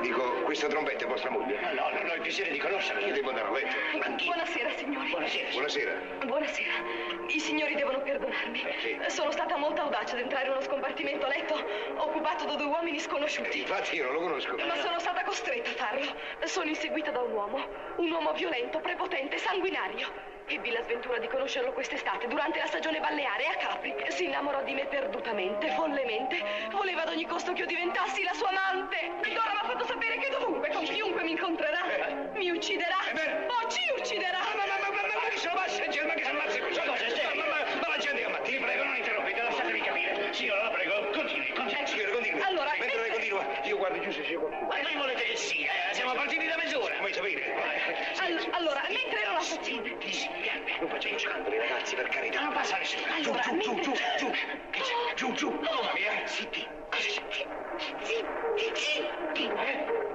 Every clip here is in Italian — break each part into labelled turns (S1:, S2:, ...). S1: dico, questa trombetta è vostra moglie.
S2: No, no, non ho il piacere di conoscerla.
S1: Io devo andare a letto.
S2: Anch'io.
S3: Buonasera, signori.
S2: Buonasera.
S1: Buonasera.
S3: Buonasera. I signori devono perdonarmi.
S1: Eh,
S3: Sono stata molto audace ad entrare in uno scompartimento a letto occupato da due uomini sconosciuti.
S1: Infatti io non lo conosco.
S3: Ma sono stata costretta a farlo. Sono inseguita da un uomo. Un uomo violento, prepotente, sanguinario. Ebbi la sventura di conoscerlo quest'estate, durante la stagione balneare a Capri. Si innamorò di me perdutamente, follemente. Voleva ad ogni costo che io diventassi la sua amante. Ed ora mi ha fatto sapere che dovunque, con chiunque mi incontrerà, mi ucciderà.
S1: Eh, beh. Ah,
S3: O ci ucciderà.
S1: Ma, ma, ma, ma, ma, ma che se lo va a sentire, ma che se lo va a sentire?
S2: Ma cosa sei?
S1: Ma, ma, ma, ma la gente che
S2: Vi
S1: mattina,
S2: prego, non interrompete, lasciatemi capire. Signora, la prego, continui, continui.
S1: Eh, Signore, continui.
S3: Allora,
S1: Mentre lei
S3: eh,
S1: continua, io guardo giù se c'è qualcuno.
S2: Ma voi volete che sia? eh? Siamo partiti da mezz'ora.
S1: Vuoi sapere?
S3: All- allora, mentre non la succede.
S2: Mi dispiace.
S1: Non facciamo scandali, ragazzi, per carità.
S2: Non passa nessuno.
S3: Allora,
S1: giù, giù, giù,
S3: mentre-
S1: giù. Che c'è? Giù, giù. Mamma mia. Zitti.
S2: Cosa c'è? Zitti, zitti.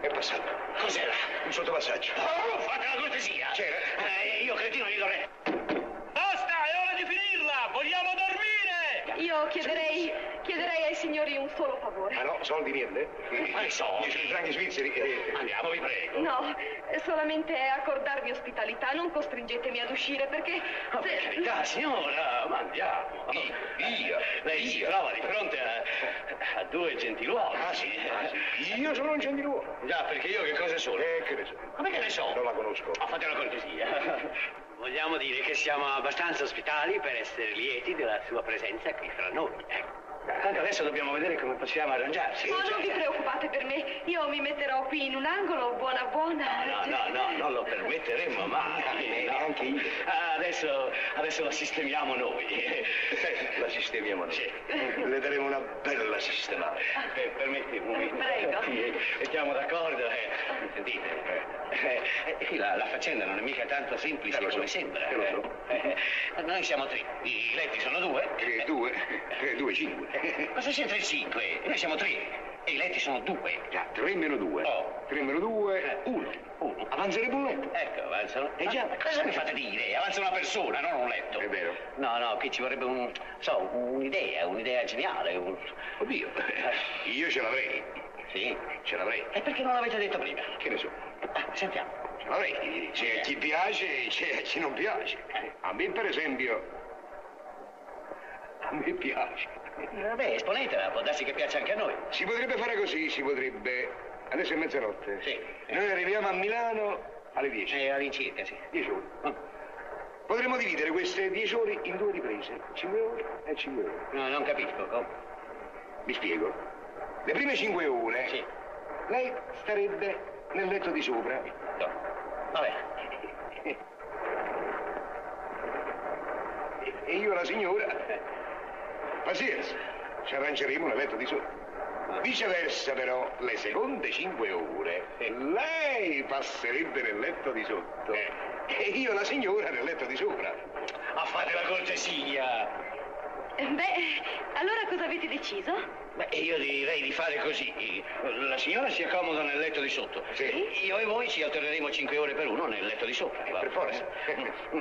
S1: È passato.
S2: Cos'era?
S1: Un sottopassaggio.
S2: Oh, fate la cortesia.
S1: C'era?
S2: Eh, io cretino gli dovrei... Basta, è ora di finirla. Vogliamo dormire.
S3: Io chiederei, chiederei ai signori un solo
S1: Ah
S3: favore.
S1: no, soldi niente?
S2: Ma i soldi?
S1: 10 franchi svizzeri. eh,
S2: Andiamo, vi prego.
S3: No, solamente accordarvi ospitalità, non costringetemi ad uscire perché...
S2: Ma
S3: se-
S2: per carità, signora, ma andiamo.
S1: Via,
S2: Lei si
S1: via.
S2: trova di fronte a, a due gentiluomini.
S1: Ah sì? Ah, sì. Io sono un gentiluomo.
S2: Già, perché io che cosa sono?
S1: Eh, che ne so.
S2: Come che ne so?
S1: Non la conosco.
S2: Ma Oh, fate una cortesia. Vogliamo dire che siamo abbastanza ospitali per essere lieti della sua presenza qui fra noi. Ecco. Tanto adesso dobbiamo vedere come possiamo arrangiarci.
S3: Ma non vi preoccupate per me, io mi metterò qui in un angolo, buona buona.
S2: No, no, no, non lo permetteremmo mai.
S1: Eh,
S2: no.
S1: neanche io.
S2: Ah, Adesso, adesso la sistemiamo noi.
S1: Eh, La sistemiamo noi.
S2: Sì.
S1: Le daremo una bella sistemata.
S2: Eh, permettimi un momento.
S3: Prego.
S2: Sì, mettiamo d'accordo. eh. Sentite, eh, eh, qui la, la faccenda non è mica tanto semplice
S1: Eh, lo so,
S2: come sembra.
S1: eh, lo so.
S2: Eh, eh, Noi siamo tre, i letti sono due. Eh,
S1: Tre, due, tre, due, cinque. Eh,
S2: Cosa c'entra il cinque? Noi siamo tre e i letti sono due.
S1: Già, tre meno due.
S2: Oh.
S1: Tre meno due, uno.
S2: Uno.
S1: Avanzerebbe un letto.
S2: Ecco, avanzano. E
S1: Eh già.
S2: già, cosa mi fate dire? Avanza una persona, non un letto.
S1: È vero.
S2: No, no, qui ci vorrebbe un, so, un'idea, un'idea geniale. un- Eh,
S1: Oddio. Io ce l'avrei.
S2: Sì.
S1: Ce l'avrei.
S2: E perché non l'avete detto prima?
S1: Che ne so.
S2: Ah, sentiamo.
S1: Ce l'avrei. C'è
S2: Eh.
S1: chi piace e c'è chi non piace. A me, per esempio. A me piace.
S2: Vabbè, esponetela, può darsi che piaccia anche a noi.
S1: Si potrebbe fare così, si potrebbe. Adesso è mezzanotte.
S2: Sì.
S1: Noi arriviamo a Milano alle 10.
S2: Eh, all'incirca, sì.
S1: 10 ore. Potremmo dividere queste 10 ore in due riprese. 5 ore e 5 ore.
S2: No, non capisco. come.
S1: Vi spiego. Le prime 5 ore.
S2: Sì.
S1: Lei starebbe nel letto di sopra.
S2: No. Vabbè.
S1: E io la signora. Pazienza, ci arrangeremo un letto di sopra. Viceversa però, le seconde cinque ore, lei passerebbe nel letto di sotto e io la signora nel letto di sopra.
S2: Ma fate la cortesia.
S3: Beh, allora cosa avete deciso?
S2: Beh, io direi di fare così. La signora si accomoda nel letto di sotto.
S1: Sì.
S2: Io e voi ci alterneremo 5 ore per uno nel letto di sopra. va?
S1: per forza.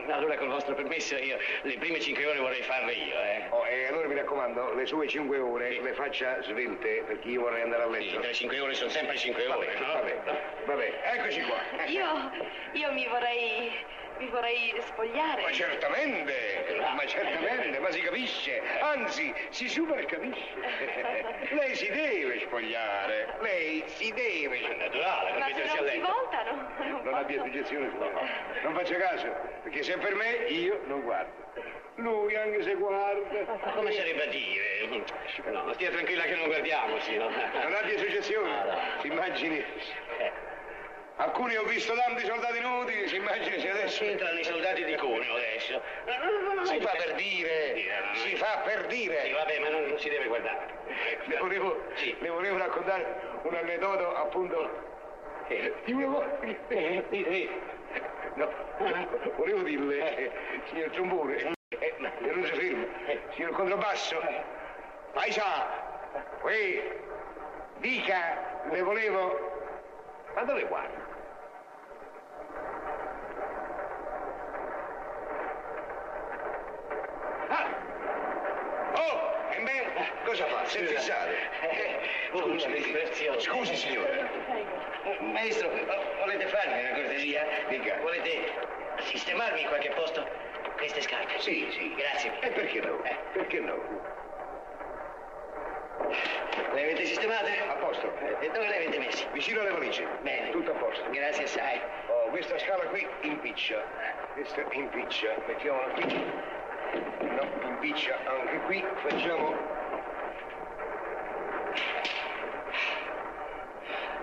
S2: Allora, col vostro permesso, io le prime 5 ore vorrei farle io, eh.
S1: Oh, e allora mi raccomando, le sue cinque ore le faccia svelte perché io vorrei andare a
S2: Sì,
S1: letto.
S2: le 5 ore sono sempre 5 ore, no?
S1: Vabbè, vabbè, eccoci qua.
S3: Io, io mi vorrei, mi vorrei spogliare.
S1: Ma certamente, ma certamente, ma si capisce, anzi, si supercapisce. Lei si deve spogliare, lei si deve
S2: È
S1: spogliare.
S2: naturale, per
S3: Ma se
S2: mettersi a
S3: non si
S2: letto.
S3: voltano, non
S1: Non abbia
S3: posso.
S1: obiezione su questo. Non faccia caso, perché se è per me, io non guardo. Lui anche se guarda.
S2: Ma Come sarebbe a dire? No, stia tranquilla che non guardiamo, signora.
S1: Non abbia suggezione, si immagini. Alcuni ho visto tanti soldati nudi, si immagini se adesso.
S2: C'entrano i soldati di Cuneo adesso.
S1: Si fa per dire, si fa per
S2: Sì,
S1: dire.
S2: vabbè, ma non, non si deve guardare.
S1: Le volevo,
S2: Sì.
S1: le volevo raccontare un aneddoto appunto
S2: Eh,
S1: di una volta.
S2: eh, eh,
S1: No, volevo dirle, eh, signor trombone, eh, che non si ferma, Eh, signor contrabbasso, paisa, qui, dica, le volevo... Ma dove guarda? Ah! Oh, e beh, cosa fa? Si è
S2: Scusa.
S1: fissato.
S2: Eh, Scusi,
S1: Scusi, scusi signore.
S2: Eh. Maestro, vo- volete farmi una cortesia?
S1: Dica.
S2: Volete sistemarmi in qualche posto queste scarpe?
S1: Sì, sì.
S2: Grazie.
S1: E perché no?
S2: Eh.
S1: Perché no?
S2: Le avete sistemate?
S1: A posto.
S2: E dove le avete messe?
S1: Vicino alle valigie.
S2: Eh. Bene.
S1: Tutto a posto.
S2: Grazie sai.
S1: Oh, questa scala qui impiccia. Questa impiccia. Mettiamola qui. No, impiccia anche qui. Facciamo.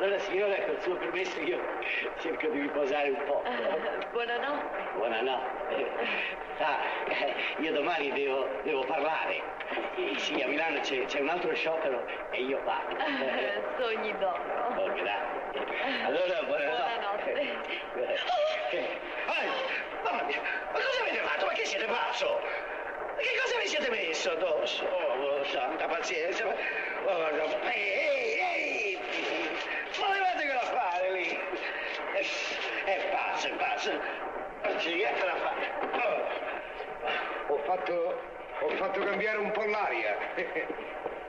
S2: Allora signora, col suo permesso io cerco di riposare un po'.
S3: Buonanotte.
S2: Buonanotte. Ah, eh, io domani devo, devo parlare. Eh, Sì, a Milano c'è, c'è un altro sciopero e io parlo.
S3: Ah,
S2: Eh,
S3: Sogni d'oro.
S2: Oh, grazie. Allora, buonanotte. Eh, ai, mamma mia, ma cosa avete fatto? Ma che siete pazzo? Ma che cosa vi siete messo addosso? Oh, santa pazienza. ma- oh, no. Ehi, ehi, ehi! Ma levatevela a fare lì. Eh, È pazzo, è pazzo. Non ci riescono a fare.
S1: Ho fatto. ho fatto cambiare un po' l'aria.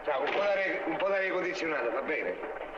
S1: Ciao, un po' d'aria, un po' d'aria condizionata, va bene?